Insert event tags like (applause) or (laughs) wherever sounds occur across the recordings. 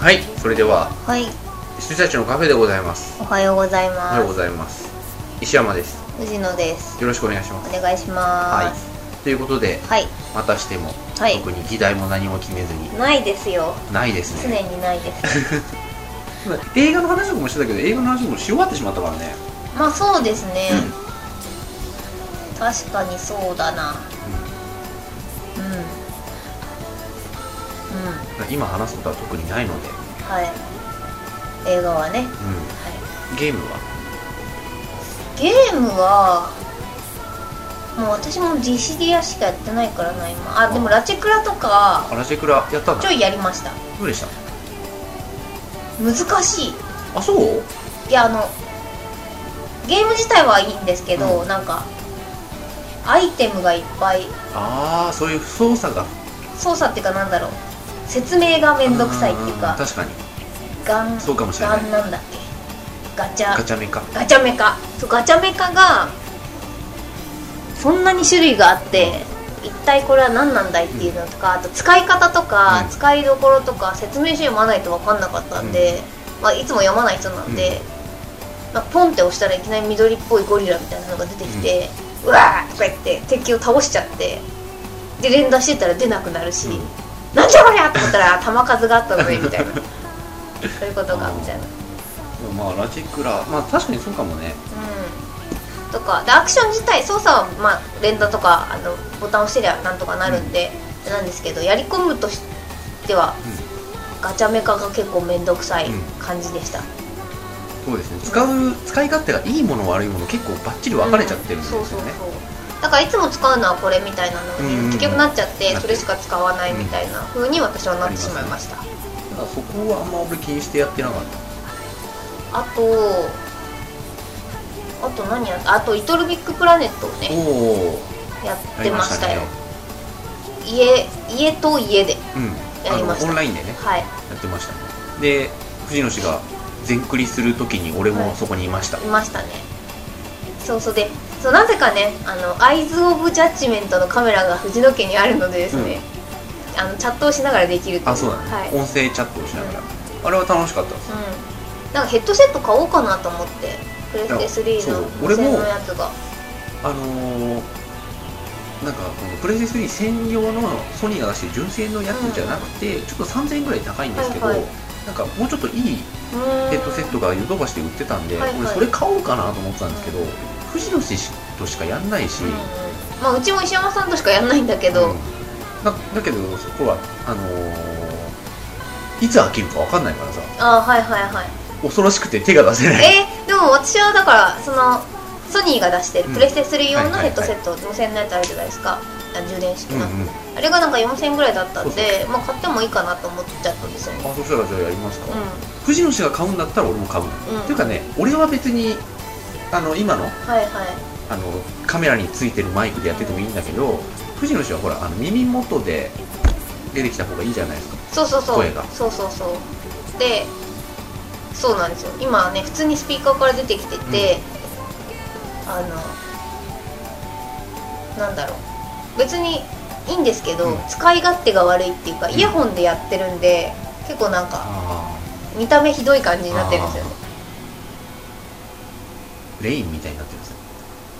はいそれでははい、羊たちのカフェでございますおはようございおはようまごす。ざいます石山です藤野です。よろしくお願いしますお願いしはます。いということではい、またしても、はい特に議題も何も決めずにないですよ。ないです常ねにないです。 (laughs) 映画の話とかもしてたけど映画の話もし終わってしまったからねまあそうですね。確かにそうだな。うん。うん。今話すことは特にないので、はい。映画はね。うは、ん、ゲームはいゲームは、もう私もディシディアしかやってないからな、今。あ、でもラチェクラとか、アラジェクラやったんちだょいやりました。どうでした難しい。あそういやあのゲーム自体はいいんですけど、うんなんかアイテムがいっぱいああそういう操作が操作っていうかなんだろう説明がめんどくさいっていうあーか確かにガンそうかもしれないガンなんだっけガチャガチャメカガチャメカそうガチャメカがそんなに種類があって一体これは何なんだいっていうのとか、あと使い方とか、うん使いどころとか説明書読まないと分かんなかったんで、まあ、いつも読まない人なんで、まあ、ポンって押したらいきなり緑っぽいゴリラみたいなのが出てきて、うわーとか言って敵を倒しちゃってで連打してたら出なくなるし、うんなんじゃこりゃと思ったら弾数があったのにみたいなそういうことがみたいな。まあラジェクラまあ確かにそうかもねうんとかでアクション自体操作は、まあ、連打とかあのボタン押してりゃなんとかなるんで、なんですけどやり込むとしては、ガチャメカが結構面倒くさいうん感じでした、そうですね使う使い勝手がいいもの悪いもの結構バッチリ分かれちゃってるんですよそうそうねそうだからいつも使うのはこれみたいなのに、うんうんうん結局なっちゃってなってそれしか使わないみたいな風に私はなってしまいました、だからそこはあんま俺気にしてやってなかったあとあと何やったあと「イトルビックプラネット」をおねおやってましたよ家家と家でうんやりましたあのオンラインでねはいやってましたねで藤野氏が全クリするときに俺もそこにいました、いましたねそうそうでそうなぜかねあのアイズ・オブ・ジャッジメントのカメラが藤野家にあるのでですね、あのチャットをしながらできるというあそうだね、はい、うん、音声チャットをしながら、あれは楽しかったですなんかヘッドセット買おうかなと思ってプレステい3やそのう無俺も線のやつがあのーなんかこのプレゼン3専用のソニーが出してる純正のやつじゃなくて、ちょっと3000円ぐらい高いんですけど、はいはいなんかもうちょっといいヘヘッドセットがヨドバシで売ってたんで、はいはい俺それ買おうかなと思ってたんですけど、藤野氏としかやんないし、うんうんまあうちも石山さんとしかやんないんだけど、うんだだけどほらあのーいつ飽きるか分かんないからさああはいはい (laughs) はい恐ろしくて手が出せないえーでも私はだからそのソニーが出してうるんプレステ3用のはいはいはいヘッドセット、無線のやつあるじゃないですかあ充電式うんうの、んあれがなんか4000円ぐらいだったんそうでまあ買ってもいいかなと思っちゃったんですよねあそしたらじゃあやりますうか、ん藤野氏が買うんだったら俺も買う、うんっていうかね俺は別にあの今のはいはいあのカメラについてるマイクでやっててもいいんだけど藤野氏はほらあの耳元で出てきた方がいいじゃないですかそうそうそう声がそうそうそうでそうなんですよ今ね普通にスピーカーから出てきてて、あのなんだろう別にいいんですけど、うん使い勝手が悪いっていうかイヤホンでやってるんで結構なんかあ見た目ひどい感じになってるんですよねあレインみたいになってるんですよ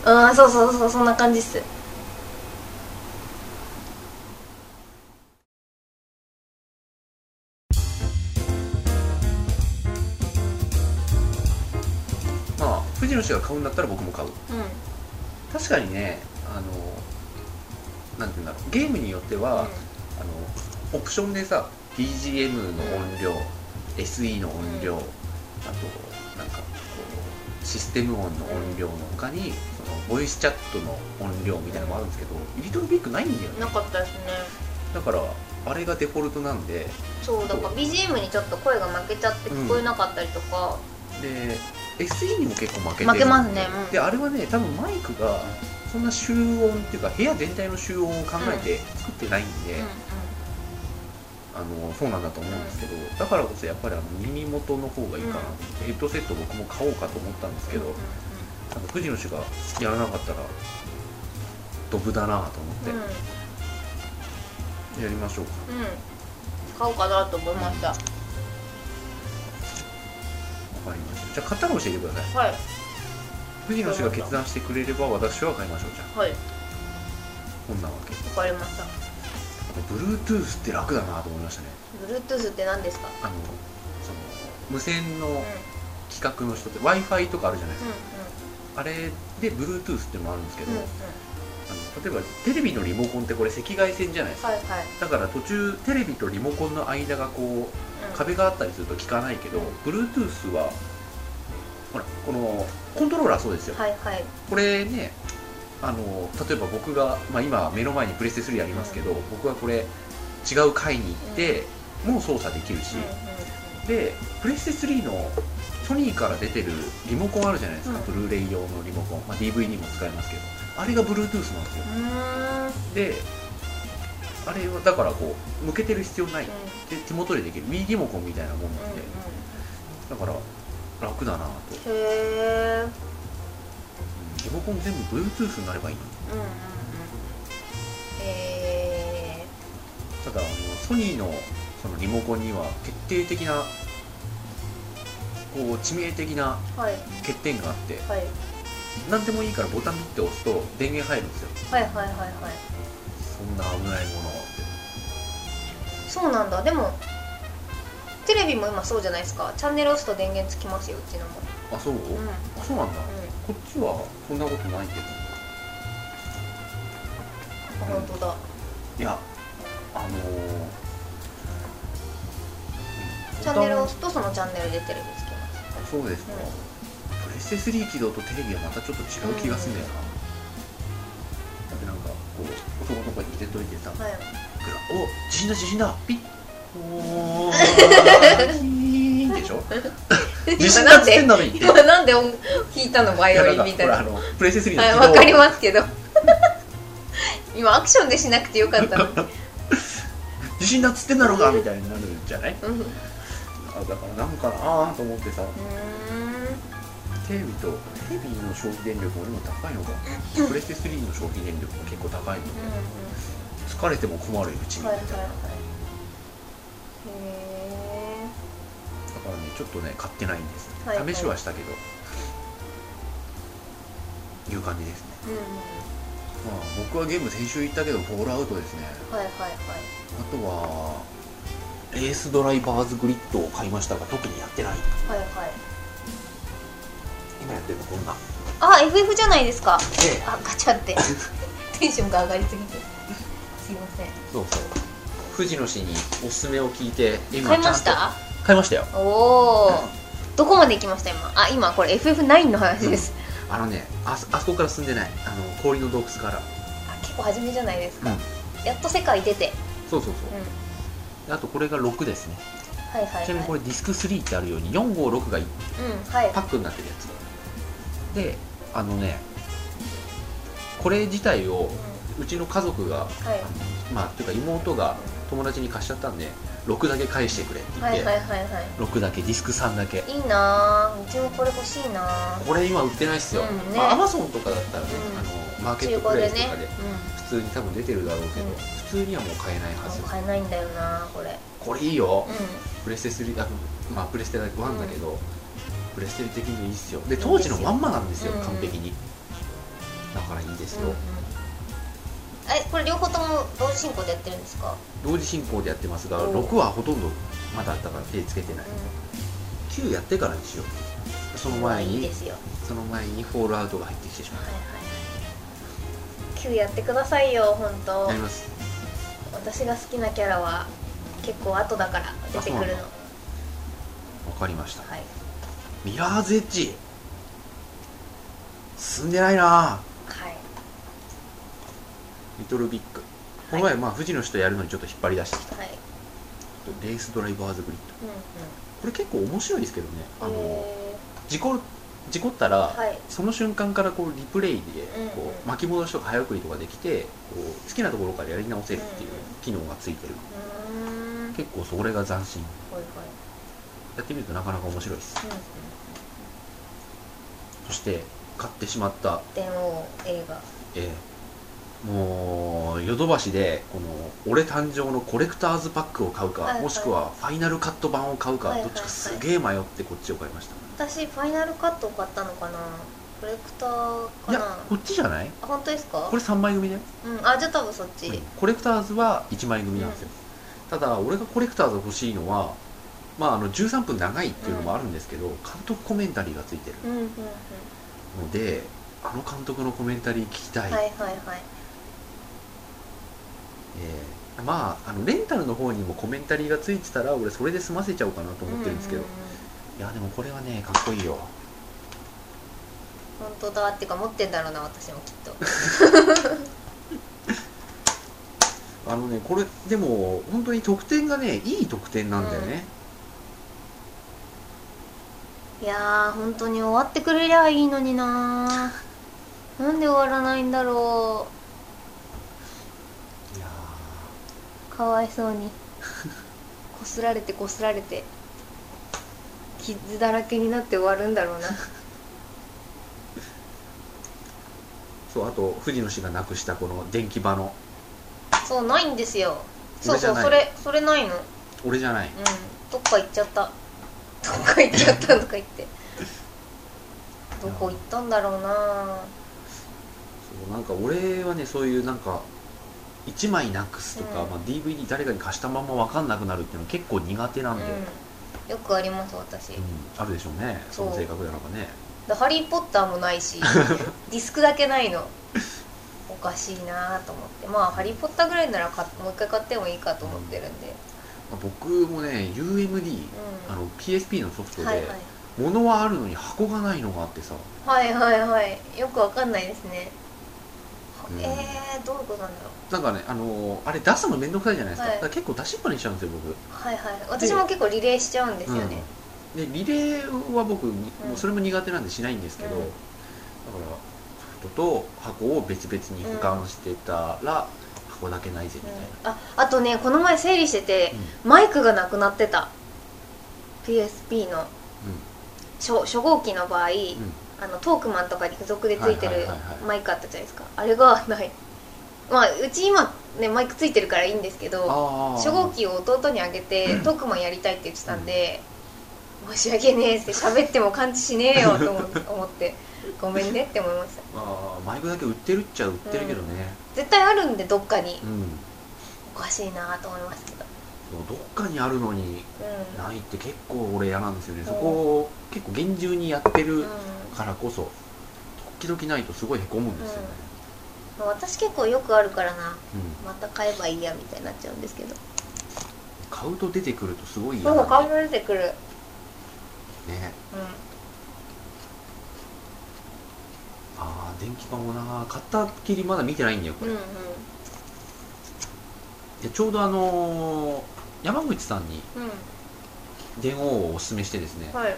うんそうそうそうそんな感じっすまあ藤野氏が買うんだったら僕も買うう確かにねあのなんて言うんだろうゲームによっては、あのオプションでさ BGM の音量、SE の音量、うんあとなんかこうシステム音の音量の他にそのボイスチャットの音量みたいなのもあるんですけどリトルビッグないんだよんねなかったですねだからあれがデフォルトなんでそうだから BGM にちょっと声が負けちゃって聞こえなかったりとか、で SE にも結構負けてる負けますねうんであれはね多分マイクがそんな集音っていうか部屋全体の集音を考えて作ってないんで、うんうんあのそうなんだと思うんですけど、だからこそやっぱりあの耳元の方がいいかなと思って、ヘッドセット僕も買おうかと思ったんですけど、うんあの藤野氏がやらなかったらドブだなと思って、うんやりましょうかうん、買おうかなと思いましたかりましたじゃあ買ったら教えてくださいはい藤野氏が決断してくれれば私は買いましょうじゃあはいこんなわけ分かりましたあと Bluetooth って楽だなと思いましたね Bluetooth って何ですかあのその無線うんのうん企画の人って w i f i とかあるじゃないですか、あれで Bluetooth ってのもあるんですけど、うんうんあうんの例えばテレビのリモコンってこれ赤外線じゃないですかはいはいだから途中テレビとリモコンの間がこううん壁があったりすると効かないけど Bluetooth はほらこのコントローラーそうですよ、はいはいこれねあの例えば僕が、まあ、今目の前にプレステ3ありますけど、僕はこれ違う階に行って、もう操作できるし、うんでプレステ3のソニーから出てるリモコンあるじゃないですか、うんブルーレイ用のリモコン、まあ、DV にも使えますけどあれが Bluetooth なんですようんうんうーんうんであれはだからこう向けてる必要ないで手元でできる Wii リモコンみたいなもんなんで、だから楽だなと、うんへえリモコン全部 Bluetooth になればいいのにうんうんうんえただあのソニーのそのリモコンには決定的なこう致命的なーはい欠点があってはい何でもいいからボタンピッて押すと電源入るんですよはいはいはいはいそんな危ないものはってそうなんだでもテレビも今そうじゃないですかチャンネル押すと電源つきますようちのもあそう、うんうんあそうなんだこっちはそんなことないけど本当だいやあのーチャンネルをボ押すとそのチャンネルでテレビつきますタンそうですか、プレステ3起動とテレビはまたちょっと違う気がするんだよな、だってなんかこう男の子に入れといてさ、はいお地震だ地震だピッおーキーンでしょ (laughs) 地震だっつってんの (laughs) に今なんで音弾いたのバいイやオなんかリンみほたいならあのプレステ3のは起動いわかりますけど (laughs) 今アクションでしなくてよかったのに、地震だっつってんだろうがみたいになるんじゃないうん、うーんあだからなんかなーと思ってさテレビとテレビの消費電力も今高いのかプレステ3の消費電力も結構高いのでうんうん疲れても困るうちにみはいたはいいなだはかいへらねちょっとね買ってないんですはいはい試しはしたけどいう感じですねえうんうんまあ僕はゲーム先週言ったけどフォールアウトですねはいはいはいあとはエースドライバーズグリッドを買いましたが特にやってないはいはい今やってるのこんなあ FF じゃないですかええあガチャって (laughs) テンションが上がりすぎてすいませんそうそう藤野氏におすすめを聞いて今買いましちゃんとた買いましたよおおどこまで行きました今あ今これ FF9 の話です、あのねあそあそこから進んでないあの氷の洞窟からあ結構初めじゃないですか、うんやっと世界出てそうそうそううん、あとこれが6ですねはいはいはいちなみにこれディスク3ってあるように456がうんはいパックになってるやつであのねこれ自体をううちの家族がんはいまあというか妹が友達に貸しちゃったんで6だけ返してくれって言はっいて、はいはいは6だけディスク3だけいいいなーうちもこれ欲しいなーこれ今売ってないっすよ、うんねまあ、アマゾンとかだったらね、うんあのマーケッ中トプ古レイでスとねかでう普通に多分出てるだろうけど、うん普通にはもう買えないはずん買えないんだよなーこれこれいいよ、うプレステ3あまあプレステ1だけど、プレステ的にいいっすよで当時のまんまなんですよ、うん完璧にだからいいですん、うよ、んうん、えこれ両方とも同時進行でやってるんですか、同時進行でやってますが、うん6はほとんどまだだから手つけてない、う9やってからにしようそん、の前いいにですよその前にフォールアウトが入ってきてしまはいはいはい9やってくださいよ本う当やります私が好きなキャラは結構後だから出あそてくるうなのんわかりましたはいミラーズエッジ進んでないなはいリトルビッグこの前まあ富士の人やるのにちょっと引っ張り出してきたはいレースドライバーズグリッドうんうんこれ結構面白いですけどねあのへ事故事故ったら、ーはいその瞬間からこうリプレイでうんうんこう、巻き戻しとか早送りとかできてこう好きなところからやり直せるっていううんうん機能がついてる、うーん結構それが斬新ほいほいやってみるとなかなか面白いですうんうんそして買ってしまった、電王映画えーもうヨドバシでこの俺誕生のコレクターズパックを買うか、はいはいもしくはファイナルカット版を買うか、はいはいどっちかすげえ迷ってこっちを買いました、私ファイナルカットを買ったのかなコレクターかいなやこっちじゃないあ本当ですかこれ3枚組だよ、うん、あじゃあ多分そっち、うんコレクターズは1枚組なんですよ、ただ俺がコレクターズ欲しいのはまああの13分長いっていうのもあるんですけど、監督コメンタリーがついてるうんうんうんのであの監督のコメンタリー聞きた、はいいはいはいえーまああのレンタルの方にもコメンタリーがついてたら俺それで済ませちゃおうかなと思ってるんですけど、ううういやでもこれはねかっこいいよん本当だっていうか持ってんだろうな私もきっとあのねこれでも本当に得点がねいい得点なんだよね、いやー本当に終わってくれりゃいいのになーなんで終わらないんだろいやうかわいそうにこすられてこすられて傷だらけになって終わるんだろうなーそうあと藤野氏がなくしたこの電気場のそうないんですよそうそうそ俺じゃなれそれないのうん俺じゃないどっか行っちゃったどっか行っちゃったとか言ってどこ行ったんだろうなそうなんか俺はねそういうなんか1枚なくすとか、うんまあ、DVD 誰かに貸したまま分かんなくなるっていうの結構苦手なんで、うんうんよくあります私あるでしょうねその性格なのかねだハリー・ポッターもな (laughs) いしディスクだけないのおかしいなと思ってまあハリー・ポッターぐらいなら買っもう一回買ってもいいかと思ってるんでまあ僕もね UMD うんあの PSP のソフトで、はいはい物はあるのに箱がないのがあってさはいはいはいよくわかんないですね、うんえー、どういうことなんだろうなんかねあのーあれ出すのめんどくさいじゃないですか,、はいだから結構出しっぱにしちゃうんですよ僕はいはい私も結構リレーしちゃうんですよね、うん、でリレーは僕、もうそれも苦手なんでしないんですけど、うんだからソフトと箱を別々に保管してたら、箱だけないぜみたいな、ああとねこの前整理しててうん、マイクがなくなってた PSP のうん初初号機の場合、あのトークマンとかに付属で付いてはいるはいはいはいマイクあったじゃないですか、あれがないまあうち今ねマイクついてるからいいんですけどああ初号機を弟にあげて、トークマンやりたいって言ってたんで、申し訳ねえって喋っても感知しねえよと思 (laughs) 思ってごめんねって思いましたあーマイクだけ売ってるっちゃ売ってるけどね絶対あるんでどっかにうん、おかしいなと思いますけどそうどっかにあるのにうんないって結構俺嫌なんですよね、んそこを結構厳重にやってるうんからこそ時々ないとすごいへこむんですよね、まあ私結構よくあるからなうんまた買えばいいやみたいになっちゃうんですけど買うと出てくるとすごい嫌そうなん顔でが出てくるねうああ電気パンもな買ったっきりまだ見てないんだよこんれ、うんうんでちょうどあのー山口さんにうん電王をおすすめしてですね、はいあのー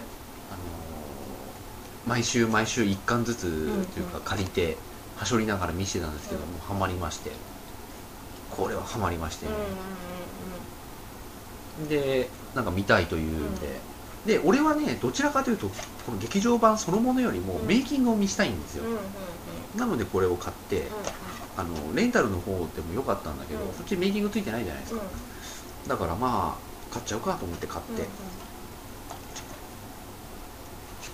毎週毎週一巻ずつんというか借りてはしょりながら見せてたんですけど、うんもうハマりましてこれはハマりましてうんねうんうん、でなんか見たいというんで、で俺はねどちらかというとこの劇場版そのものよりもうんメイキングを見したいんですよ、うんうんうんうんなのでこれを買って、あのレンタルの方でも良かったんだけど、うんそっちメイキングついてないじゃないですうんか、だからまあ買っちゃうかと思って買って、う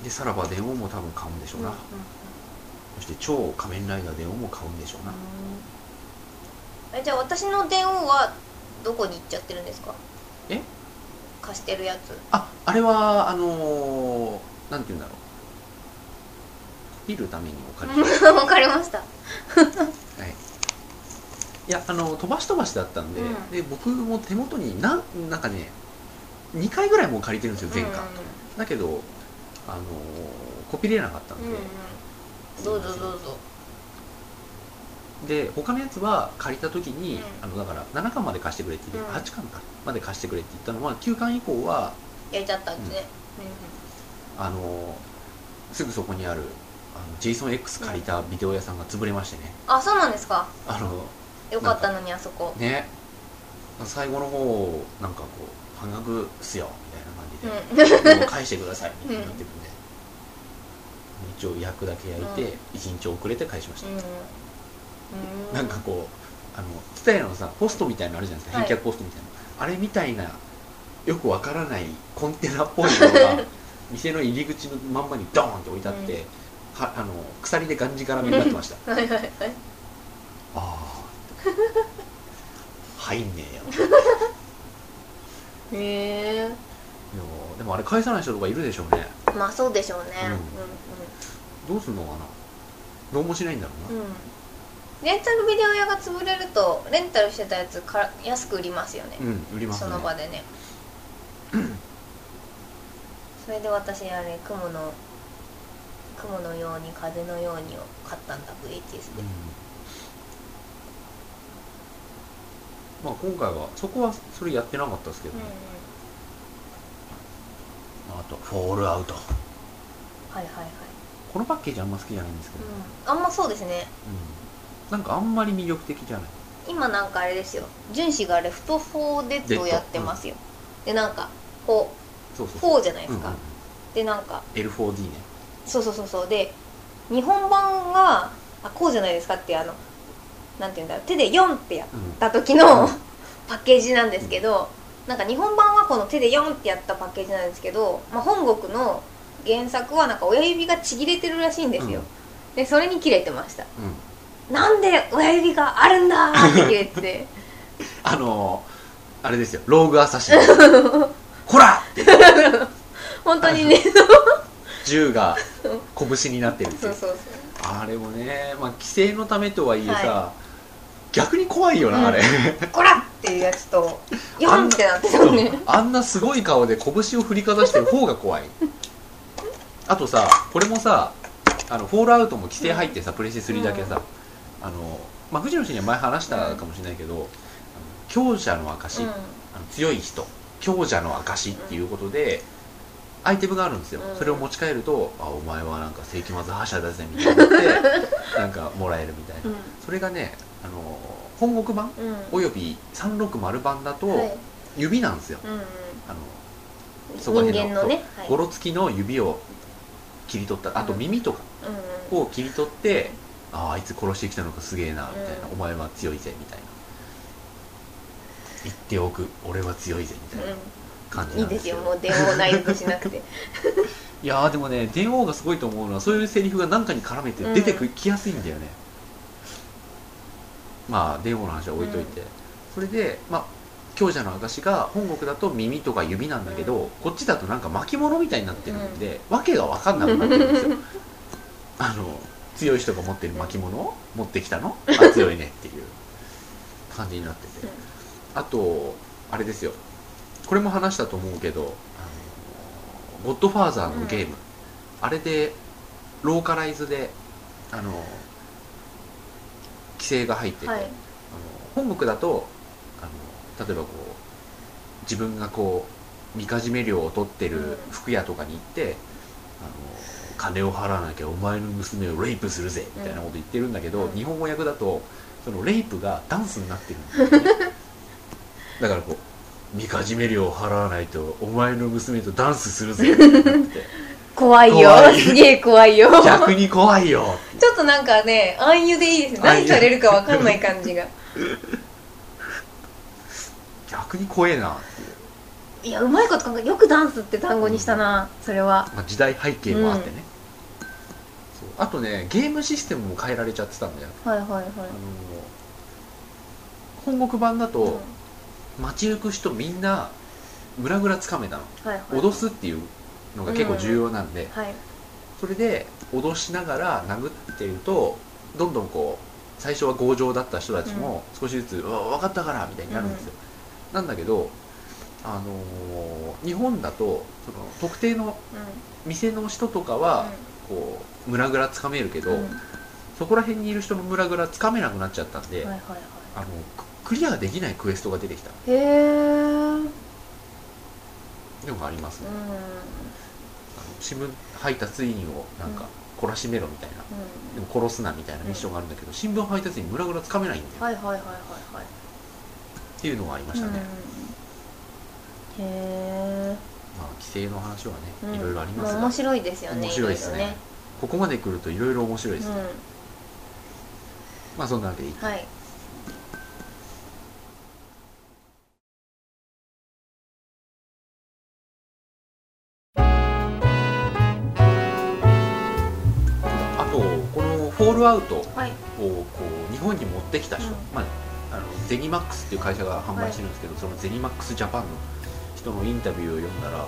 でさらば電王も多分買うんでしょうんうんうんな、うそんして超仮面ライダー電王も買うんでしょうな、えじゃあ私の電話はどこに行っちゃってるんですかえ貸してるやつああれはあのー、なんて言うんだろう見るためにお金、いわかりましたやあの飛ばし飛ばしだったんで,、うんで僕も手元になんなんかね2回ぐらいもう借りてるんですよ前回、だけどあのー、コピー入れなかったんうんで、うんうんうんどうぞどうぞで他のやつは借りた時に、うんあのだから7巻まで貸してくれって言って、うん8巻かまで貸してくれって言ったのは9巻以降はやっちゃったんですねあのすぐそこにあるあの JSONX 借りたビデオ屋さんが潰れましてね、あそうなんですかあのよかったのにあそこね最後の方なんかこう半額っすよみうたいな感んじで、でも返してくださいみたいになってるんで、一応焼くだけ焼いて、1日遅れて返しました、うんなんかこうあの蔦屋のさポストみたいなのあるじゃないですかはい返却ポストみたいな、あれみたいなよくわからないコンテナっぽいのが店の入り口のまんまにドーンって置いてあって、はあの鎖でがんじがらめになってました (laughs) はいはいはいああ入んねえよへえでもでもあれ返さない人とかいるでしょうねまあそうでしょうねどうすんのかなどうもしないんだろううんうん、うん、レンタルビデオ屋が潰れるとレンタルしてたやつから安く売りますよねなうん、売りますそねの場 (clears throat) でねそれで私あれ雲の雲のように風のようにを買ったんだ VHS うでんまあ今回はそこはそれやってなかったですけうどんねうん、あと「フォールアウトはいはいはい、」このパッケージあんま好きじゃないんですけど、うん、あんまそうですねうんなんかあんまり魅力的じゃない今なんかあれですよ純子がレフト4デッドをやってますよ、でなんかこそううそうそう4じゃないですか、うんうんでなんかうん L4D ねそうそうそうそうで日本版があこうじゃないですかってあのなんて言うんだろう手で4ってやっうんた時の、うんパッケージなんですけどなんか日本版はこの手で4ってやったパッケージなんですけど、まあ、本国の原作はなんか親指がちぎれてるらしいんですよ、でそれに切れてましたうんなんで親指があるんだーって切れて (laughs) てあのー、あれですよローグアサ (laughs) シンほらって本当にね銃が拳になってるっていそううそうそうあれもね、まあ、規制のためとはいえさ、は逆に怖いよな、あれこらっていうやつと4ってなってたもんねあんなすごい顔で拳を振りかざしてる方が怖いあとさこれもさあのフォールアウトも規制入ってさ、プレステ3だけさ、あのまあ藤野氏には前話したかもしれないけど、あの強者のう証、んあの強い人強者の証っていうことで、アイテムがあるんですよ、うんそれを持ち帰ると「あお前はなんか世紀末覇者だぜ」みたい (laughs) になってなんかもらえるみたいな、それがねあの本国版うんうんおよび360版だはとい指なんですよ、うんうんあのそこら人辺間ののね、はい、ゴロつきの指を切り取ったあとうん耳とかうんうんを切り取って、あああいつ殺してきたのかすげえなみたいな、うんお前は強いぜみたいな言っておく俺は強いぜみたいな感うじん、ないいんでですすけよど、もう電話を内容しな (laughs) くていやーでもね電王がすごいと思うのはそういうセリフが何かに絡めて出てく、うんきやすいんだよねまあ電王の話は置いといて、それでまあ強者の証が本国だと耳とか指なんだけど、うこっちだとなんか巻物みたいになってるんで、わけが分かんなくなってるんです (laughs) よあの強い人が持ってる巻物を持ってきた (laughs) のあ強いねっていう感じになっててうんあとあれですよこれも話したと思うけど「あのゴッドファーザー」のゲーム、あれでローカライズであの規制が入ってて、はあいの本国だとあの例えばこう自分がこうみかじめ料を取ってうんる服屋とかに行って、あの金を払わなきゃお前の娘をレイプするぜみたいなこと言ってるんだけど、うん日本語訳だとそのレイプがダンスになってるんだよ (laughs) ねだからこうみかじめ料を払わないとお前の娘とダンスするぜってな (laughs) ってて怖いよ怖いすげえ怖いよち逆に怖いよょっとなんかね暗喩でいいですね暗喩何されるかわかんない (laughs) 感じが逆に怖えな、いやうまいこと考えよくダンスって単語にしたなそれはまあ、時代背景もあってね、そうあとねゲームシステムも変えられちゃってたんだよはいはいはあいの本国版だうんと街行く人みんなムラムラつかめたのはいはい脅すっていうのが結構重要なんで、はいそれで脅しながら殴ってるとどんどんこう最初は強情だった人たちも少しずつ「うわ分かったから」みたいになるんですよ、なんだけどあのー日本だとその特定のうん店の人とかはこう村ぐらつかめるけど、うんうんそこら辺にいる人の村ぐらつかめなくなっちゃったんで、はいはいはあのクリアできないクエストが出てきたいへえでもありますね、うんうんあの新聞配達員をなんか懲らしめろみたいな、でも殺すなみたいなミッションがあるんだけど、新聞配達員村ぐらつかめないんだよ、はいはいはいはいはいっていうのがありましたね、うんうんへえまあ規制の話はね、うんいろいろありますまが、あ面白いですよね面白いですねろろここまで来るといろいろ面白いですね、うまあそんなわけでいいん、はい「ルアウトをはいこう日本に持ってきた人、うんまあ、あのゼニマックスっていう会社が販売してるんですけど、そのゼニマックスジャパンの人のインタビューを読んだら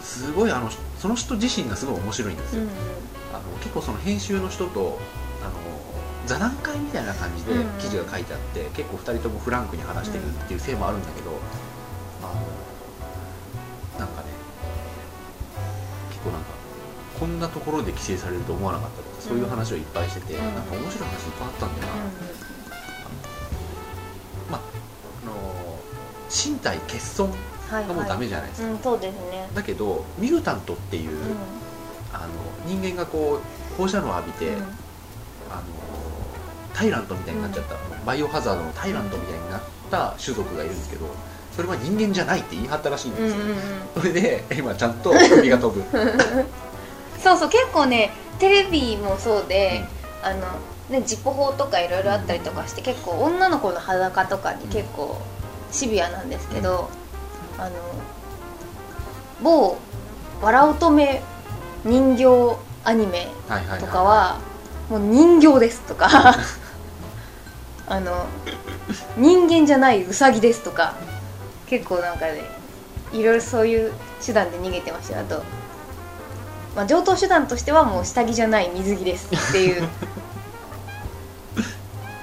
すごいあのその人自身がすごい面白いんですうよ、んあの結構その編集の人とあの座談会みたいな感じでうん記事が書いてあって、結構2人ともフランクに話してるっていうせいもあるんだけど、あのなんかね結構なんかこんなところで規制されると思わなかったとかそういう話をいっぱいしてて、うんなんか面白い話いっぱいあったんだよな、あの身体欠損はいがもうダはメじゃないですいか、うんそうですねだけどミュータントっていう、うんあの人間がこう放射能を浴びて、うあんのタイラントみたいになっちゃった、バイオハザードのタイラントみたいになった種族がいるんですけどそれは人間じゃないって言い張ったらしいんうでんすよ、うんうんそれで今ちゃん (laughs) と首が飛ぶそうそう結構ねテレビもそうで、あのねジップ法とかいろいろあったりとかして結構女の子の裸とかに結構シビアなんですけど、あの某「笑乙女人形アニメ」はいはい、はい、とかはもう人形です (laughs) とかあの人間じゃないウサギですとか結構なんかねいろいろそういう手段で逃げてましたよあと、まあ、上等手段としてはもう下着じゃない水着ですっていう (laughs)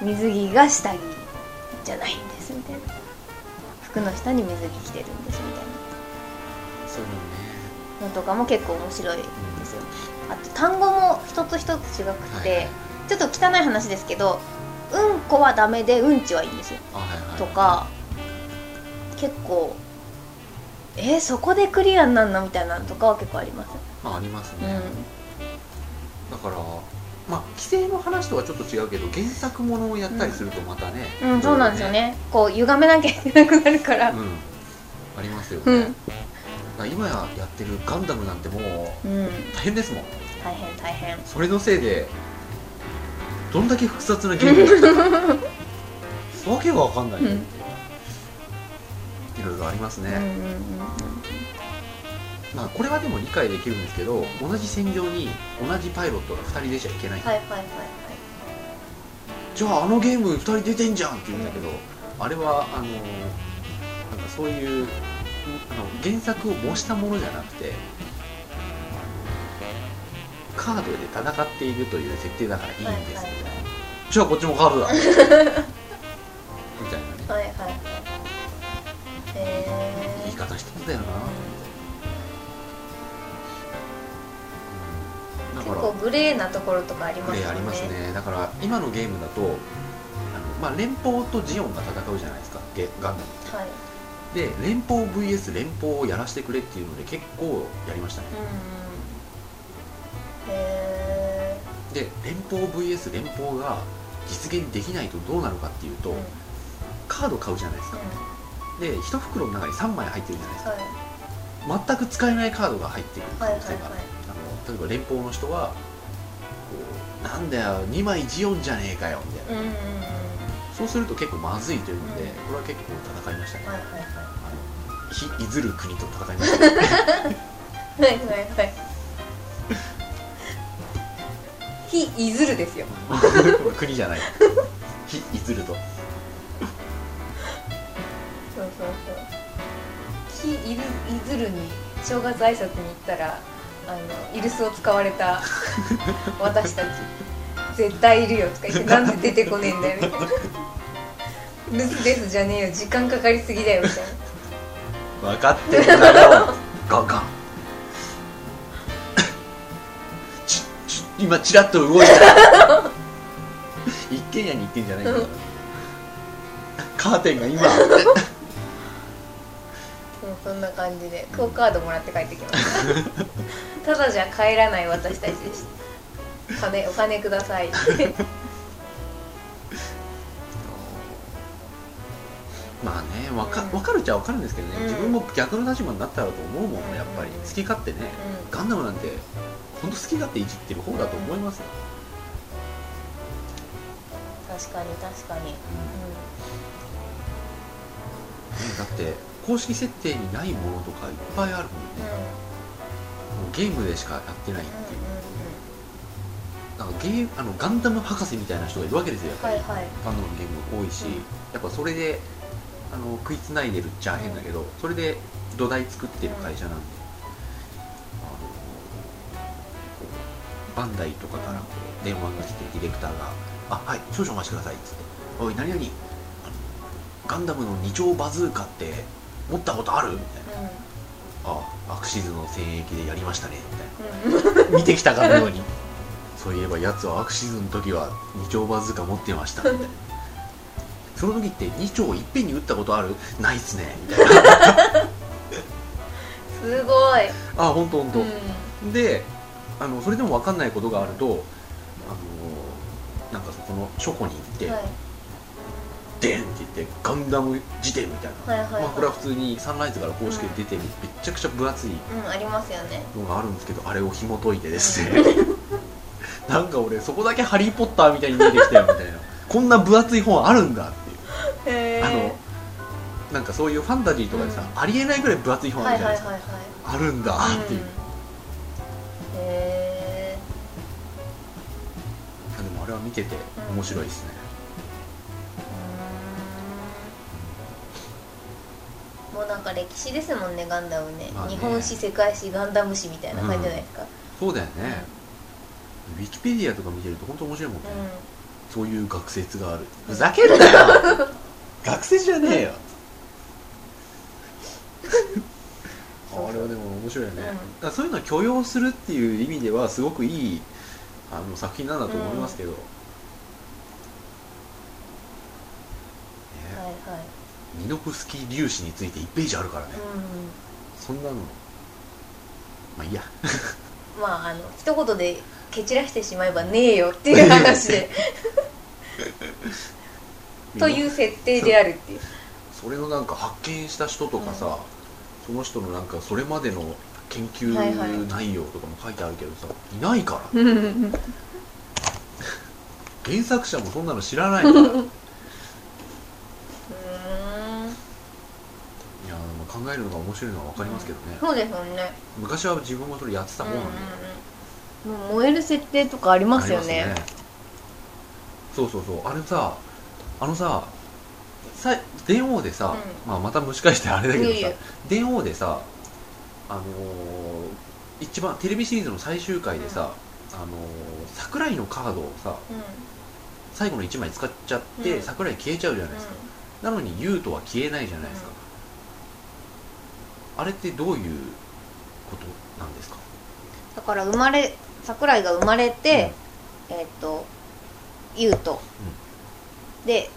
水着が下着じゃないんですみたいな服の下に水着着てるんですみたいそういうのねなのとかも結構面白いですよあと単語も一つ一つ違くうんはて、いはいちょっと汚い話ですけどうんこはダメでうんちはいいんですよあはいはいとか結構えーそこでクリアになんのみたいなのとかは結構ありますまあありますうね、んだからまあ規制の話とはちょっと違うけど原作ものをやったりするとまたね、うん、そうなんですよねこう歪めなきゃいけなくなるからうんありますよね、うんだから今やってるガンダムなんてもううん大変ですもん大変大変それのせいでどんだけ複雑なゲームが (laughs) わけがわかんない、ういんろいろありますうんね、まあこれはでも理解できるんですけど同じ戦場に同じパイロットが2人出ちゃいけない、はいはいはいはいじゃああのゲーム2人出てんじゃんって言うんだけど、あれはあのなんかそういううんあの原作を模したものじゃなくてカードで戦っているという設定だからいいんはいはいです、じゃあこっちもカードだみたいなねはいはいはいはいえ言い方してんだよなだー、から結構グレーなところとかありこますれよあねりますねだから今のゲームだとあの、まあ、連邦とジオンが戦うじゃないですかゲガンダムはいで連邦 VS 連邦をやらせてくれっていうので結構やりましたねうんうんへで連邦 VS 連邦が実現できないとどうなるかっていうーと、うんうんカード買うじゃないですかで1袋の中に3枚入ってるじゃないですかはい全く使えないカードが入ってくる可はいは能いは性いがあるあの例えば連邦の人はこうなんだよ2枚ジオンじゃねえかよみたいな、うんうんうんそうすると結構まずいというので、うんこれは結構戦いましたね、はいはいはい非いずる国と戦いま (laughs) したねはいはい (laughs) はい。非いずるですよ。国じゃない非いずるとそうそうそう。非いるいずるに正月挨拶に行ったらあのイルスを使われ (laughs) た私たち絶対いるよとか言ってなんで出てこねえんだよみ (laughs) たいな。留守ですじゃねえよ時間かかりすぎだよみたいな。分かってるだろうガ (laughs) ンガンちち今チラッと動いた (laughs) 一軒家に行ってんじゃないんだからカーテンが今そうそんな感じでクオカードもらって帰ってきました (laughs) ただじゃ帰らない私たちでした金お金くださ (laughs) いまあねわかうんわかるっちゃわかるんですけどね、うん自分も逆の立場になったらと思うもんやっぱりうん好き勝手ねうガンダムなんて本当好き勝手いじってる方だと思いますよ、確かに確かに、うねだって公式設定にないものとかいっぱいあるもんんうんねもうゲームでしかやってないっていう、うなんかゲームあのガンダム博士みたいな人がいるわけですよやっぱり、はいはいガンダムのゲーム多いし、うんやっぱそれであの食いつないでるっちゃ変だけど、それで土台作ってる会社なんで、あのこうバンダイとかからこう電話が来てディレクターが「あはい少々お待ちください」っつって「おい何々あのガンダムの二丁バズーカって持ったことある?」みたいな「あアクシズの戦役でやりましたね」みたいな。うんうん見てきたかのように (laughs) そういえばやつはアクシズの時は2丁バズーカ持ってましたみたいなその時って2丁いっぺんに打ったことあるないっすねみたいなすごい、あ本当本当、うん、であのそれでも分かんないことがあるとあのなんかそこの書庫に行って「はいでん!」って言って「ガンダム辞典」みたいな、はいはいはいまあ、これは普通にサンライズから公式で出てる、めちゃくちゃ分厚いうんありますよねのがあるんですけどあれを紐解いてですね (laughs) なんか俺そこだけ「ハリー・ポッター」みたいに出てきたよみたいなこんな分厚い本あるんだっていう、へーあのなんかそういうファンタジーとかでさ、ありえないぐらい分厚い本あはるいじゃなはいいですか、はあいはいるんだっていう、うんへあでもあれは見てて面白いですね、ーうんもうなんか歴史ですもんねガンダムね,、まあね日本史世界史ガンダム史みたいな感じじゃないですか、そうだよねウィキペディアとか見てると本当面白いもんね、うそういう学説があるふざけるなよ (laughs) 学説じゃねえよ (laughs) あれはでも面白いよね、うんだからそういうのを許容するっていう意味ではすごくいいあの作品なんだと思いますけど、ねん、はいはいミノフスキー粒子について1ページあるからね、うそんなのまあいいやんまああの一言で蹴散らしてしまえばねえよっていう話で (laughs) という設定であるっていうそれのなんか発見した人とかさ、その人のなんかそれまでの研究はいはい内容とかも書いてあるけどさ、いないからうんうん原作者もそんなの知らないから (laughs) いやー考えるのが面白いのは分かりますけどね、そうですよね昔は自分もそれやってたもんなんで、うんうんうんもう燃える設定とかありますよありねますねそうそうそうあれさあのささ電王でさ、うまあ、また蒸し返してあれだけどさいえいえ電王でさあのー一番テレビシリーズの最終回でさ、あのー桜井のカードをさうん最後の1枚使っちゃって、うん桜井消えちゃうじゃないですか、なのに優斗は消えないじゃないですか、あれってどういうことなんですかだから生まれ桜井が生まれて、えっ、と優斗、で、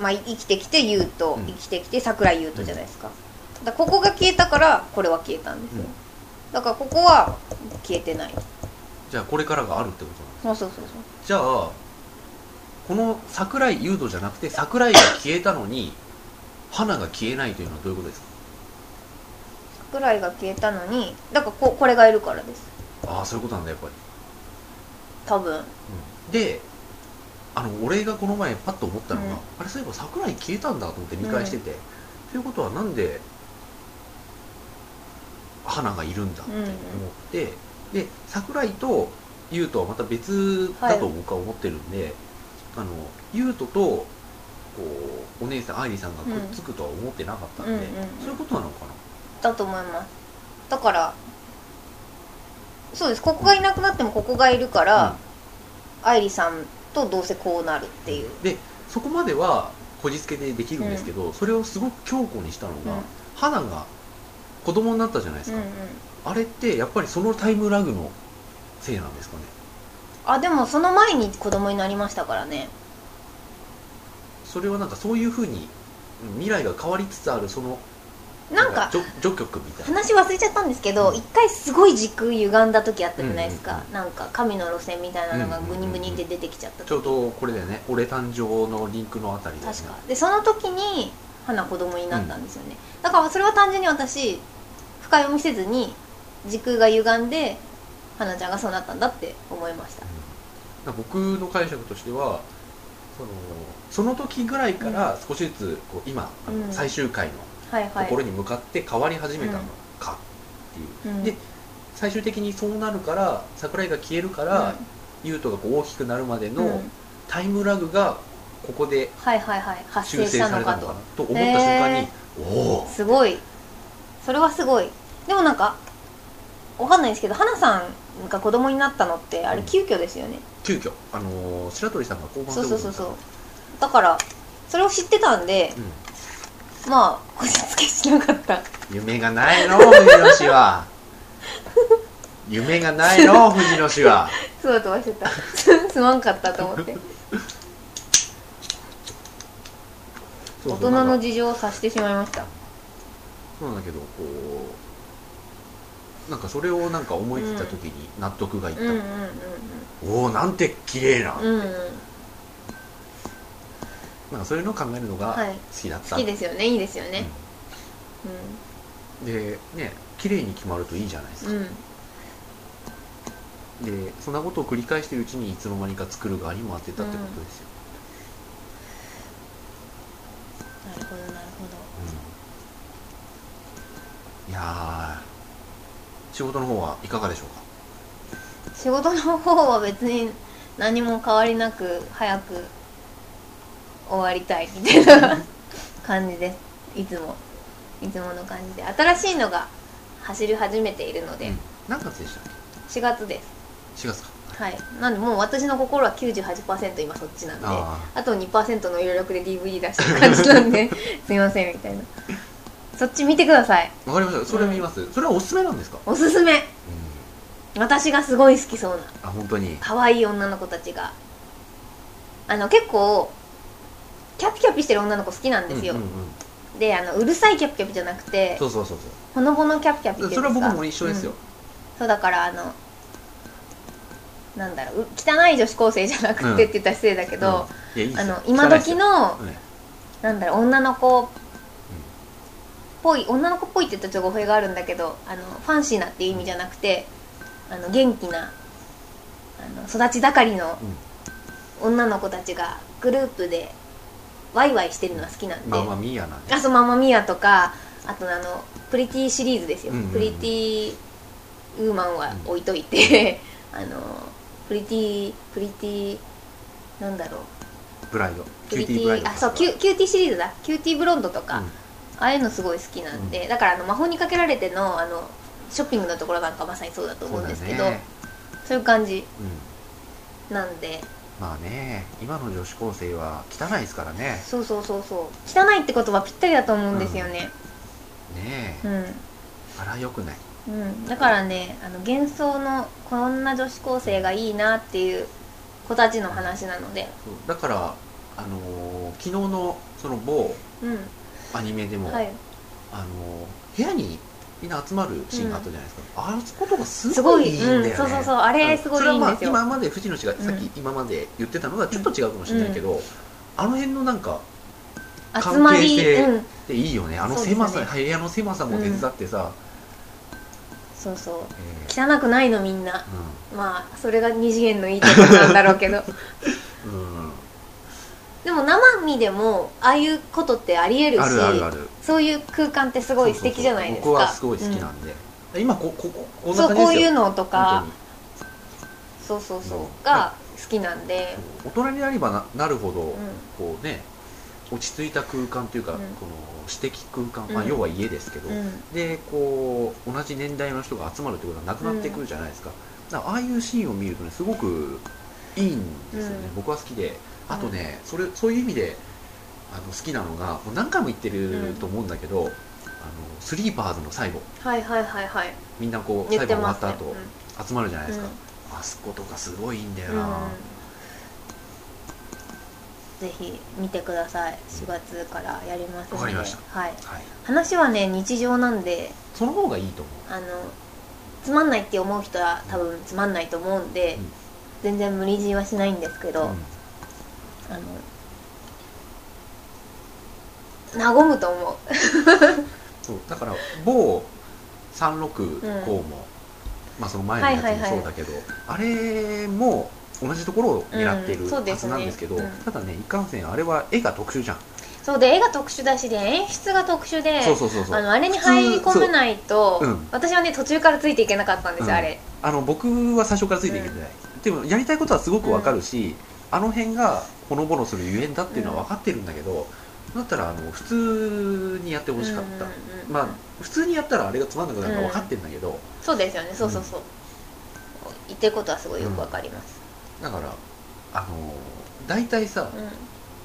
まあ生きてきて優斗、うん生きてきて桜井優斗じゃないですか,、だからここが消えたからこれは消えたんですよ、うんだからここは消えてないじゃあこれからがあるってことなのそうそうそうじゃあこの桜井優斗じゃなくて桜井が消えたのに花が消えないというのはどういうことですか桜井が消えたのにだからここれがいるからですああそういうことなんだやっぱり、多分うんであの俺がこの前パッと思ったのが、うんあれそういえば桜井消えたんだと思って見返してて、ということはなんで花がいるんだって思って、で桜井と優斗はまた別だと僕は思ってるんで、あの優斗とこうお姉さん愛梨さんがくっつくとは思ってなかったんで、うんうんうんそういうことなのかなだと思いますだからそうですここがいなくなってもここがいるから、愛梨さんとどうせこうなるっていうでそこまではこじつけでできるんですけど、それをすごく強固にしたのが、うん花が子供になったじゃないですうんか、うんあれってやっぱりそのタイムラグのせいなんですかねあでもその前に子供になりましたからねそれはなんかそういうふうにうん未来が変わりつつあるそのなんか序序曲みたいな話忘れちゃったんですけど一回すごい時空歪んだ時あったじゃないですうんかう、んなんか神の路線みたいなのがうんうんグうんニグニって出てきちゃった時ちょうどこれだよね「俺誕生」のリンクのあたりだよね確かでその時に花子供になったんですよね、だからそれは単純に私深読みせずに時空が歪んで花ちゃんがそうなったんだって思いましたなんか僕の解釈としてはそのその時ぐらいから少しずつこう今、あのうん最終回のはいはいところに向かって変わり始めたのかっていう、うんで最終的にそうなるから桜井が消えるから、優斗がこう大きくなるまでうんうのんタイムラグがここではいはいはい発修生し正たさのれたかのかとなと思った瞬間にへ、おおすごいそれはすごいでもなんかわかんないですけど花さんが子供になったのってあれ急遽ですよね、急遽あのー白鳥さんが交番そうでそうそうそうだからそれを知ってたんでうんまあこじつけしなかった夢がないの藤野氏は (laughs) 夢がないの藤野氏はそうだと忘れた (laughs) すまんかったと思ってそう大そう人なんのか事情を察してしまいましたそうなんだけどこうなんかそれをなんか思い切った時に納得がいった、うんうんうんおおなんて綺麗な、うんうんうんなんかそういうのを考えるのがは好いきだった、好きですよねいいですよねううんでね綺麗に決まるといいじゃないですかん、うんでそんなことを繰り返してるうちにいつの間にか作る側に回ってたってことですよ、なるほどなるほどうんいやー仕事の方はいかがでしょうか仕事の方は別に何も変わりなく早く終わりたいみたいな (laughs) 感じですいつもいつもの感じで新しいのが走り始めているので、うん何月でしたっ4月ですけ4月かはいなんでもう私の心は98%今そっちなんでああと2%の余力で DVD 出してる感じな (laughs) んですいませんみたいなそっち見てくださいあわかりましたそれ見ます、それはおすすめなんですか、おすすめ私がすごい好きそうなあ本当に可愛い女の子たちがあの結構キャピキャピしてる女の子好きなんですよ、うんうんうんであのうるさいキャピキャピじゃなくてそうそうそうほのぼのキャピキャピそうっていそうれはんです僕かも一緒ですよ、うんそうだからあのなんだろうう汚い女子高生じゃなくてって言ったら失礼だけど、うんいやいいですあよの今時の汚いですよなんだろう女の子っぽい女の子っぽいって言ったらちょっと語弊があるんだけどあのファンシーなっていう意味じゃなくてあの元気なあの育ち盛りの女の子たちがグループでワイワイしてるのが好きなんうで、ん、まあまあミーヤなんであそうママミヤとかあとあのプリティシリーズですよ、うんうんうんプリティウーマンは置いといて、あのプリティプリティなんだろうブライドプリテブラィイドあそうキュキューティーシリーズだキューティーブロンドとか、うんああいうのすごい好きなんで、だからあの魔法にかけられてのあのショッピングのところなんかまさにそうだと思うんですけそどそうう,、だねいう感じうんなんでまあね今の女子高生は汚いですからねそうそうそうそう汚いって言葉ぴったりだと思うんですよねねえ、うんあらよくないうん、だからねあの幻想のこんな女子高生がいいなっていう子たちの話なので、そうだからあのー昨日のその某うん、アニメでも、はい、あのー部屋にみんな集まるシーンがあったじゃないですか、あそことがすすごごいいいいんだよね、うん、そうそうそうあれすごいいいんですよ、それはまあ今まで藤野氏がさっうきん今まで言ってたのがちょっと違うかもしれないけど、あの辺のなんかは集ま関係り性うんでいいよねあのそうです狭ねさ、部屋の狭さも手伝ってさ、そうそうえー汚くないのみんなまあそれが二次元のいいところなんだろう (laughs) けどうん、うん、でも生身でもああいうことってありえるしあるあるあるそういう空間ってすごい素敵じゃないですそうそうそう僕はかすごい好きなんで、今ここここうんんなそ感じうでこすうよいうのと本当かにそうそうそううんが好きなんで、大人になればななるほど、うんこうね落ち着いた空間というか、うんこの私的空間、まあ、うん要は家ですけど、うんでこう同じ年代の人が集まるってことはなくなってくるじゃないですか,、だからああいうシーンを見るとねすごくいいんですよね、うん僕は好きであとね、それそういう意味であの好きなのがもう何回も言ってると思うんだけど、あのスリーパーズの最後はいはいはいはいみんなこう言最後終ってわっますねた後、うん集まるじゃないですか、うあそことかすごいいいんだよんな、ぜひ見てください4月からやりますのでわかりましはい、はい、話はね日常なんでその方がいいと思うあのつまんないって思う人は多分つまんないと思うんで、うん全然無理強いはしないんですけど、うあの和むと思うんそうだから某365も、まあその前のやつもそうだけど、あれも同じところを狙っているうんそうはですずねなんですけど、うんただねいかんせんあれは絵が特殊じゃんそうで絵が特殊だしで演出が特殊でそうそうそうそうあのあれに入り込めないと、普通そううん私はね途中からついていけなかったんですうよ、んあれあの僕は最初からついていけてない、でもやりたいことはすごくわかるし、あの辺がほのぼのするゆえんだっていうのは分かってるんだけど、だったらあの普通にやってほしかった、うんうんうんまあ普通にやったらあれがつまんなくなるのは分かってるんだけど、そうですよねそうそうそう、言ってることはすごいよくわかります、だからあの大体さうん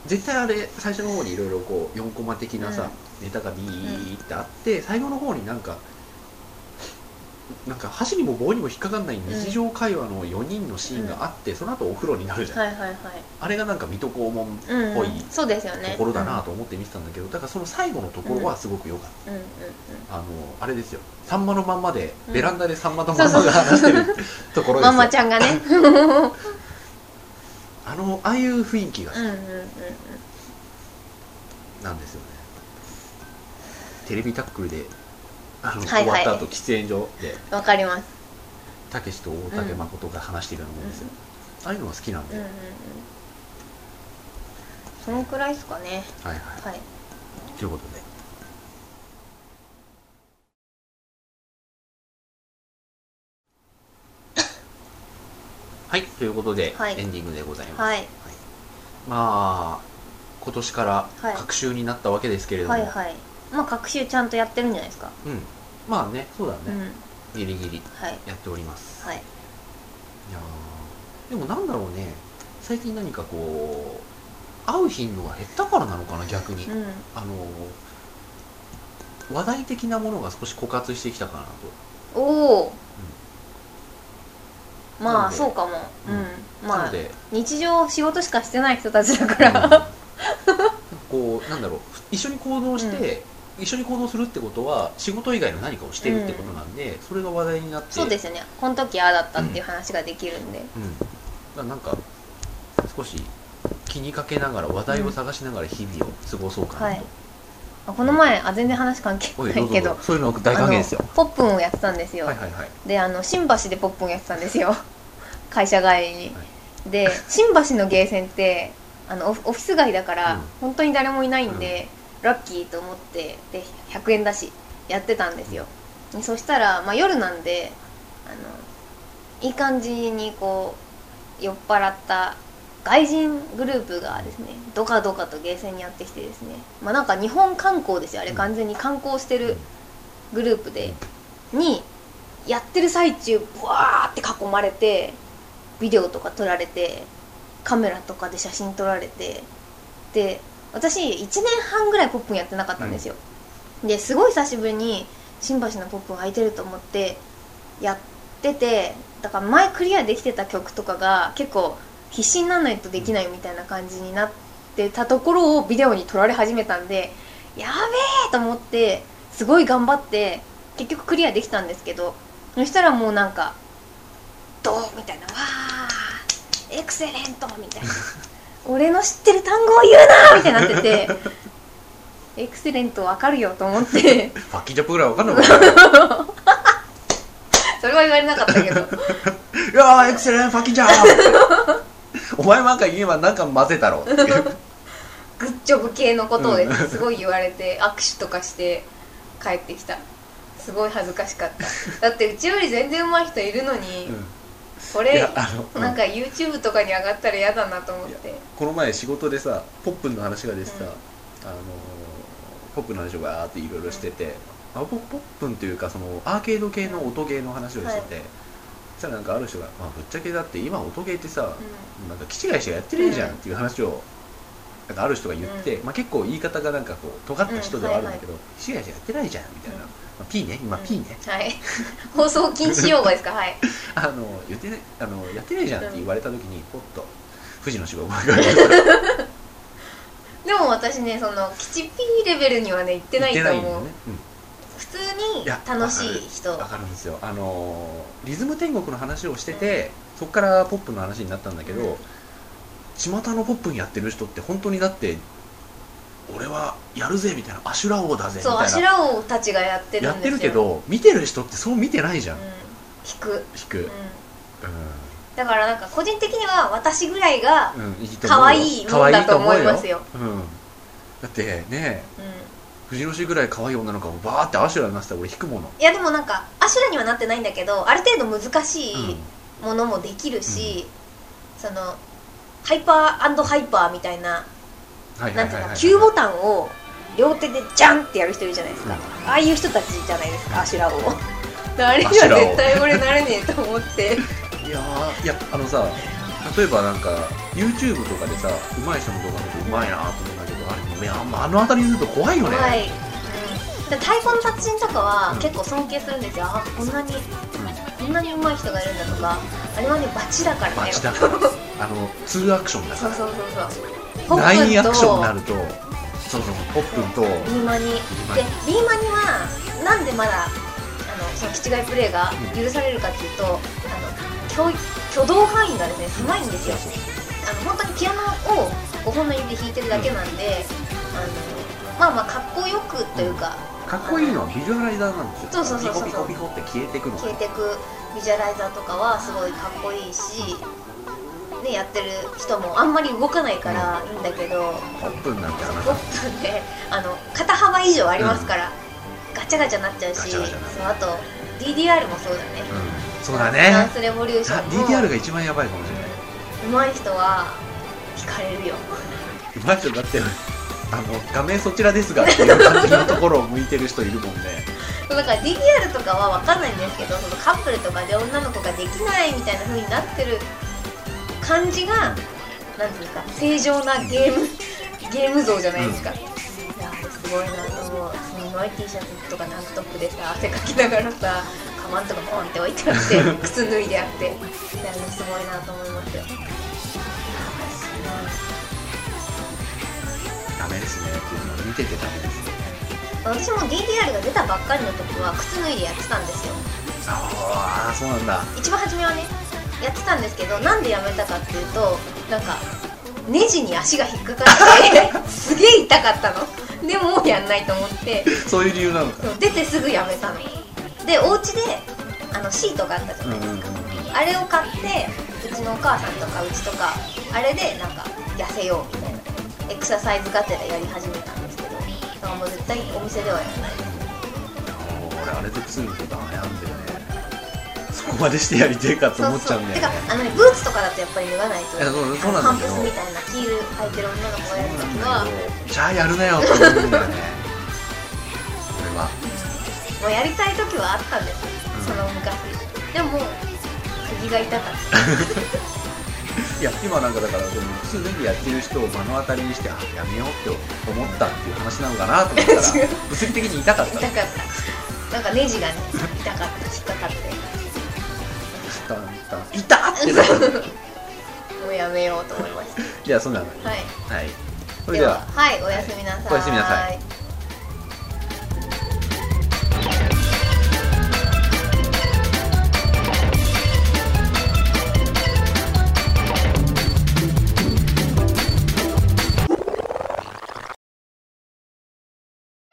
絶対あれ最初の方にいろいろこう4コマ的なさ、ネタがビーってあって最後の方になんかなんか箸にも棒にも引っかかんない日常会話の4人のシーンがあって、その後お風呂になるじゃん、はいはいはいあれがなんか水戸黄門うんうんぽいそうですよねところだなと思って見てたんだけど、だからその最後のところはすごく良かっうんうんうんた、あのあれですよさんまのまんまで、うんベランダでさんまのまんまが話してるところですマよマちゃんがねうんうんうんあのああいう雰囲気がうんうんなんですよね、テレビタックルであの、はいはい終わった後喫煙所でわかりますたけしと大竹誠が話してるようなもんですよ、ああいうのが好きなんうで、んうんうはんそのくらいですかねいはいはいということではいということで、はいエンディングでございます、はいまあ今年からはい隔週になったわけですけれども、はいはいまあ学習ちゃんとやってるんじゃないですか、うんまあねそうだねう、んギリギリはいやっておりますはいいやーでもなんだろうね最近何かこう会う頻度が減ったからなのかな逆に、うんあのー話題的なものが少し枯渇してきたかなとおお、なまのあでそうかもううんん、まなあので、日常仕事しかしてない人たちだかうんら、なんかこうなんだろう一緒に行動して、一緒に行動するってことは仕事以外の何かをしてるってことなんで、それが話題になって (laughs) そうですよねこの時ああだったっていう話ができるんで、うん、だからなんか少し気にかけながら話題を探しながら日々を過ごそうかなと、はいあこの前あ全然話関係おいなどういぞけどうどぞそういうの大歓迎ですよあのポップンをやってたんですよ、はいはいはいであの新橋でポップンやってたんですよ (laughs) 会社帰りに、はで新橋のゲーセンってあのオフオフィス街だから、うん本当に誰もいないんで、ラッキーと思ってで100円だしやってたんですよでそしたら、まあ、夜なんであのいい感じにこう酔っ払った外人グループがですねドカドカとゲーセンにやってきてですねまあなんか日本観光ですよあれうん完全に観光してるグループでにやってる最中ブワーって囲まれてビデオとか撮られてカメラとかで写真撮られてで私1年半ぐらいポップンやってなかったんですよ、ですごい久しぶりに新橋のポップン空いてると思ってやっててだから前クリアできてた曲とかが結構必死にならないとできないみたいな感じになってたところをビデオに撮られ始めたんでやべえと思ってすごい頑張って結局クリアできたんですけどそしたらもうなんか「どう?」みたいな「わーエクセレント!」みた (laughs) いな「俺の知ってる単語を言うな!」みたいになってて「エクセレントわかるよ」と思ってパッキージャップぐらいわかんないもんねそれは言われなかったけどいやーエクセレントパッキージャッ (laughs) プお前なんか言えばなんか混ぜたろっていうグッジョブ系のことをですすごい言われて握手とかして帰ってきたすごい恥ずかしかっただってうちより全然上手い人いるのに、うんこいれやあのなんか YouTube とかに上がったら嫌だなと思ってこの前仕事でさポップンの話が出てさ、うんあのーポップンの話をバーっていろいろしてて、あポポップンというかそのアーケード系の音ゲーの話をしてて、そしたらなんかある人が、まあ、ぶっちゃけだって今音ゲーってさ、なんか気違いしてやってねえじゃんっていう話を、なんかある人が言って、まあ、結構言い方がなんかこう尖った人ではあるんだけど、気違いしてやってないじゃんみたいな、うんまあ、P ね今 P ね、うんはい (laughs) 放送禁止用語ですかはいあの言ってねあのやってないじゃんって言われた時にポッと富士の芝を思い浮かでも私ねその吉 P レベルにはね行ってないべてとないんだ思よう、ね、うん普通に楽しい人わかるんですよあのーリズム天国の話をしてて、そこからポップの話になったんだけど、うん巷のポップにやってる人って本当にだって俺はやるぜみたいなアシュラ王だぜみそうアたシいなラ王たちがやってるんですよやってるけ、ど見てる人ってそう見てないじうゃんん、、引く、引く、ううんん、だからなんか個人的には私ぐらいがうんいいと思うよ可愛いもんだと思いますよ可愛いと思うよだってねうん藤吉ぐらい可愛い女の子がバーってアシュラになってたら俺引くもの、いやでもなんかアシュラにはなってないんだけどある程度難しうんいものもできるし、そのハイパーハイパーみたいなはいはないんてはいいうはいの9ボタンを両手でジャンってやる人いるじゃないですか、うんああいう人たちじゃないですかアシュラ王あれにはアシュラ王絶対俺なれねえと (laughs) 思っていやーいやあのさ例えばなんか YouTube とかでさ上手い人の動画見てうまいなと思うんだけどあれいやまああの辺りにいると怖いよね、怖い、うん、で太鼓の達人とかうはん結構尊敬するんですよあこんなにうんこんなに上手い人がいるんだとかあれはねバチだからねバチだそかうら (laughs) あの2アクションだそかうらそうそうホナッインプアンクションになとるとそうそうポップンとビーマニでビーマニはなんでまだあのその気違いプレーが許されるかっていうとあの挙挙動範囲がですね狭いんですよあの本当にピアノを5本の指で弾いてるだけなんで、あのまあまあかっこよくというか、かっこいいのはビジュアライザーなんですよそうそうそうそうピコピコピコって消えてくの消えてくビジュアライザーとかはすごいかっこいいし、ね、やってる人もあんまり動かないからいいんだけど、ポップンなんて5話は分で (laughs) あの肩幅以上ありますから、ガチャガチャなっちゃうしガチャガチャなるそうあと DDR もそうだね、うんそうだダンねスレボリューシさョンも DDR が一番やばいかもしれないう上手い人は惹かれるよまい人だってあの画面そちらですがっていう感じのところを向いてる人いるもんねだから DDR とかは分かんないんですけどそのカップルとかで女の子ができないみたいな風になってる感じがなんていうか正常なゲームゲーム像じゃないですか、いやすごいなと思うその上手い T シャツとかナンクトップでさ汗かきながらさカバンとかポンって置いてあって靴脱いであっていやねすごいなと思いますよダメですねっていうのを見ててダメですね私も DDR が出たばっかりの時は靴脱いでやってたんですよああそうなんだ一番初めはねやってたんですけどなんでやめたかっていうとなんかネジに足が引っかかっ (laughs) てすげえ痛かったのでもうやんないと思ってそういう理由なのかそう出てすぐやめたのでお家であのシートがあったじゃうんなういんでうすんか、あれを買ってうちのお母さんとかうちとかあれでなんか痩せようみたいなエクササイズがてらやり始めたんですけどだからもう絶対お店ではやらない俺あれで靴脱ぐと悩んでるねそこまでしてやりてえかと思っちゃうんだてよかねあのねブーツとかだとやっぱり脱がないといやそうそうなんだけどあのパンプスみたいなヒール履いてる女の子がやるときはじゃあやるなよって思うんだよね俺はもうやりたいときはあったんですよ、うんその昔でももう釘が痛かったいや今なんかだからでも靴脱ぎやってる人を目の当たりにしてあやめようって思ったっていう話なのかなと思ったら (laughs) 違う物理的に痛かった痛かったなんかネジがね痛かった引っかかって痛い痛っってなったもうやめようと思いましいやそうなのよたはいはいそれでではははいおやすみなさいおやすみなさい